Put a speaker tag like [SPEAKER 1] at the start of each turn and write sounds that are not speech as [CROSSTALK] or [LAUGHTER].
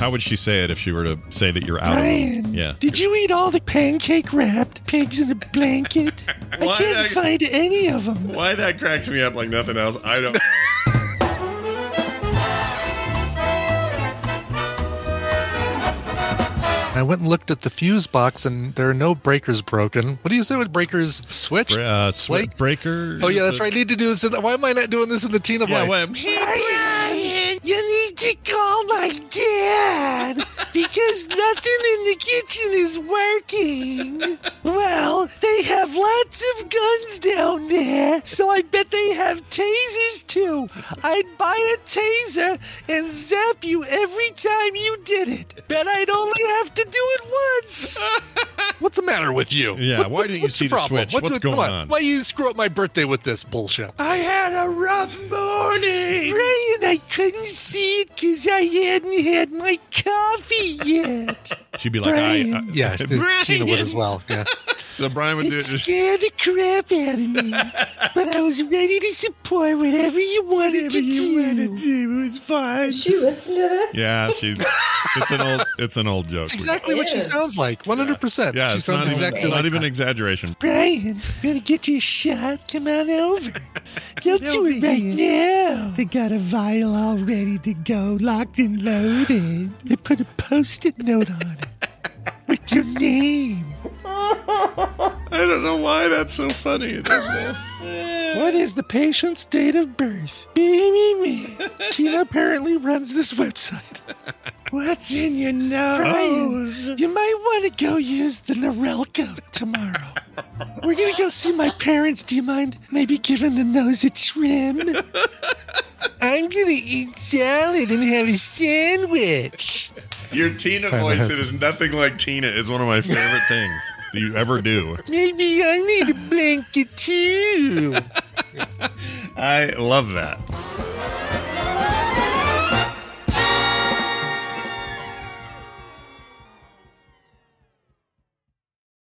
[SPEAKER 1] How would she say it if she were to say that you're out?
[SPEAKER 2] Brian,
[SPEAKER 1] of Yeah.
[SPEAKER 2] did you eat all the pancake wrapped pigs in a
[SPEAKER 1] [LAUGHS]
[SPEAKER 2] blanket? I
[SPEAKER 3] Why did
[SPEAKER 2] can't
[SPEAKER 3] I-
[SPEAKER 2] find any of them.
[SPEAKER 3] Why that cracks me up like nothing else,
[SPEAKER 1] [LAUGHS]
[SPEAKER 3] I don't know.
[SPEAKER 4] I went and looked at the fuse box, and there are no breakers broken. What do you say with breakers switched?
[SPEAKER 1] Uh, sweat
[SPEAKER 4] Like-
[SPEAKER 1] breaker.
[SPEAKER 4] Oh yeah, that's
[SPEAKER 1] The-
[SPEAKER 4] right. I need to do this. In the, why am I not doing this in the Tina
[SPEAKER 1] Yeah,
[SPEAKER 4] voice?
[SPEAKER 1] well,
[SPEAKER 2] Brian, you need to call my dad because nothing in the kitchen is working. Well, they have lots of guns down there, so I bet they have tasers too. I'd buy a taser and zap you every time you did it. Bet I'd only have to do it once.
[SPEAKER 4] What's the matter with you?
[SPEAKER 1] Yeah,
[SPEAKER 4] What-
[SPEAKER 1] why
[SPEAKER 4] what-
[SPEAKER 1] didn't you
[SPEAKER 4] what's
[SPEAKER 1] see the
[SPEAKER 4] problem?
[SPEAKER 1] switch?
[SPEAKER 4] What-
[SPEAKER 1] What's
[SPEAKER 4] come
[SPEAKER 1] going on?
[SPEAKER 4] Why you screw up my birthday with this bullshit?
[SPEAKER 2] I had a rough morning. Brian, I couldn't see it because I hadn't had my coffee yet. [LAUGHS]
[SPEAKER 1] she'd be like, I, I,
[SPEAKER 2] Brian.
[SPEAKER 1] [LAUGHS]
[SPEAKER 4] Yeah, Tina would as well. Yeah.
[SPEAKER 3] So Brian would do
[SPEAKER 2] It
[SPEAKER 3] it just
[SPEAKER 2] scared the crap out of me, but I was ready to support whatever you wanted to do.
[SPEAKER 3] do. It was fine.
[SPEAKER 5] Did she listen to this?
[SPEAKER 1] Yeah, she's it's an old it's an old joke.
[SPEAKER 4] It's exactly what she
[SPEAKER 5] Yeah.
[SPEAKER 4] sounds like. One hundred percent.
[SPEAKER 1] Yeah,
[SPEAKER 4] she
[SPEAKER 1] it's
[SPEAKER 4] sounds
[SPEAKER 1] not
[SPEAKER 4] exactly
[SPEAKER 1] even,
[SPEAKER 4] like
[SPEAKER 1] not even
[SPEAKER 4] that.
[SPEAKER 1] exaggeration.
[SPEAKER 2] Brian, I'm gonna get you a shot. Come on [LAUGHS] over. Don't do it right now. They got a vial all ready to go, locked and loaded. They put a post-it note on it with your name. [LAUGHS]
[SPEAKER 3] I don't know why that's so funny. It doesn't-
[SPEAKER 2] [LAUGHS] What is the patient's date of birth? Baby me. Tina apparently runs this website. [LAUGHS] What's in your nose? you might want to go use the Norelco tomorrow. We're gonna go see my parents. Do you mind maybe giving the nose a trim? I'm gonna eat salad and have a sandwich.
[SPEAKER 3] Your Tina voice that is nothing like Tina is one of my favorite things that you
[SPEAKER 1] [LAUGHS]
[SPEAKER 3] ever do.
[SPEAKER 2] Maybe I need a blanket too.
[SPEAKER 3] I love that.